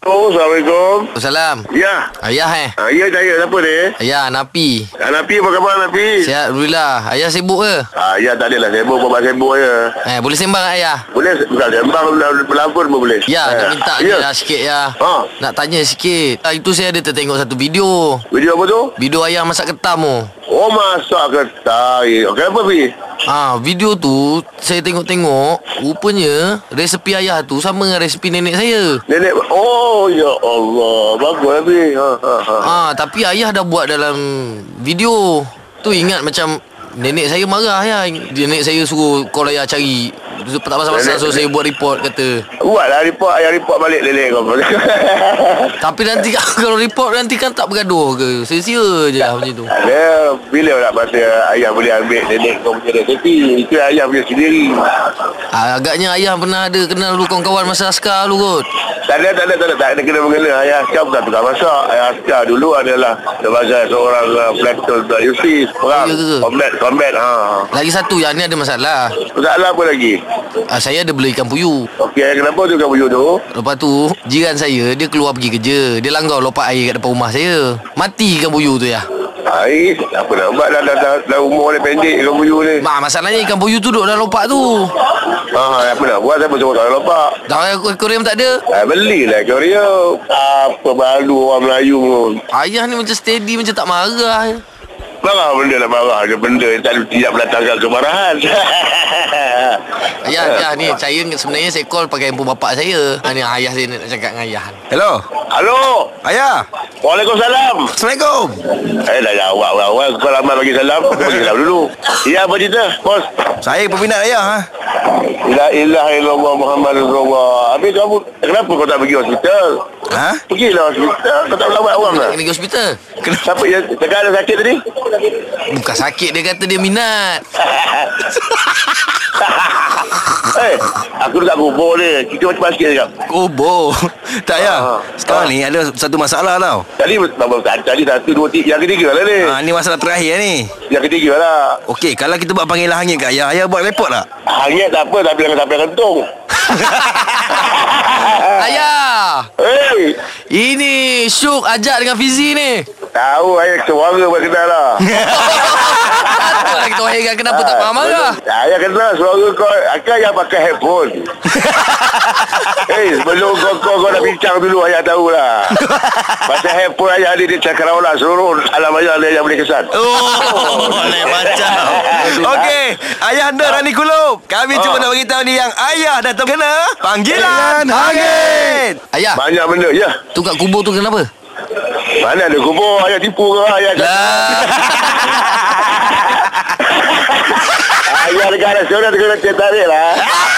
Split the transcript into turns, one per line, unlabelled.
Assalamualaikum. Assalamualaikum.
Salam.
Ya.
Ayah eh?
Ayah tanya kenapa ni?
Ayah, Napi.
Anapi apa khabar Anapi?
Sihat, Alhamdulillah. Ayah sibuk ke?
Ayah tak adalah sibuk bapak sibuk je.
Eh, boleh sembang tak, Ayah?
Boleh bukan sembang bela- berlapun pun boleh.
Ya, nak
Eh,
minta
Ya.
je lah sikit ya.
Ha.
Nak tanya sikit. Ah, itu saya ada tertengok satu video.
Video apa tu?
Video ayah masak ketam tu.
Oh masak ketai. Kenapa Pi?
Ah, video tu saya tengok-tengok, rupanya resepi ayah tu sama dengan resepi nenek saya.
Nenek Oh ya Allah Bagus lah Pi ha, ha, ha.
Ah, tapi ayah dah buat dalam video. Tu ingat macam nenek saya marah ya. Nenek saya suruh call ayah cari. Tu Tak pasal-pasal
Nenek-
so saya buat report kata.
Buatlah lah report Ayah report balik nenek kau
Tapi nanti kalau report nanti kan tak bergaduh ke? Sia-sia je lah macam tu.
Dia bila nak masa ayah boleh ambil nenek kau punya resepi Itu ayah punya sendiri
Ah, agaknya ayah pernah ada kenal dulu kawan-kawan masa askar dulu kot.
Tak ada, tak ada, tak ada, tak ada kena mengena Ayah Askar bukan tukang masak Ayah Askar dulu adalah sebagai seorang uh, pelaton tak UC Perang,
Ya ke?
combat, combat ha.
Lagi satu yang ni ada masalah.
Masalah apa lagi?
Ah, saya ada bela ikan puyuh.
Okey, kenapa tu kamu tu?
Lepas tu jiran saya dia keluar pergi kerja. Dia langgar lompat air kat depan rumah saya. Mati ikan puyuh tu ya.
Hai, apa nak buat dah, dah, dah, dah umur dia pendek kamu tu ni
Mak masalahnya ikan puyuh tu duduk dalam lompat tu.
Ha, apa nak buat, siapa suruh tak lompat
Dah aku akuarium tak ada.
Ha, belilah aquarium. Apa baru orang Melayu pun.
Ayah ni macam steady macam tak marah. ya.
Marah benda lah marah je. Benda yang tak, tidak mendatangkan kemarahan.
Ayah, ayah ni saya sebenarnya saya call pakai handphone bapak saya. Ha, ni ayah saya nak cakap dengan ayah.
Hello.
Halo.
Ayah.
Waalaikumsalam.
Assalamualaikum.
Eh, dah jawab lah. Awal kau lama bagi salam. Aku bagi salam dulu. Ya, apa cerita? Bos.
Saya peminat ayah ha.
La ilaha illallah Muhammad Rasulullah. Habis kamu, kenapa kau tak pergi hospital?
Ha?
Pergilah hospital. Kau tak melawat orang lah.
Nak pergi hospital.
Siapa yang cakap ada sakit tadi?
Bukan sakit dia kata dia minat.
Eh, aku tak kubur dia. Kita macam-macam sikit cakap.
Kubur. tak
Ah.
ayah. Sekarang ni ada satu masalah tau.
Tadi nombor tadi satu dua tiga yang ketiga lah ni.
Ah,
Ha.
Ha, ni masalah terakhir ni.
Yang ketiga lah.
Okey, kalau kita buat panggilan
lah
hangit kat ayah, ayah buat report tak?
Hangit tak apa tapi jangan sampai kentung. Ah.
Ayah,
Hei,
ini Syuk ajak dengan Fizi ni.
tahu ayah suara buat kenal lah.
Patutlah lah kita wahirkan kenapa tak marah-marah.
Ayah Ah, kenal suara kau. Akan yang pakai headphone. Hei, sebelum kau kau, kau nak bincang dulu ayah tahu lah. Pasal headphone ayah ni dia cakrawala seluruh alam ayah dia yang boleh kesan.
Oh, lain macam. Okey, ayah anda Rani Kulub. Kami cuma nak beritahu ni yang ayah dah terkena panggilan hangit.
Ayah,
Banyak benda ya.
tu kat kubur tu kenapa?
Mana ada kubur ayah tipu ke ayah. Ayah negara nasional kena tertarik lah.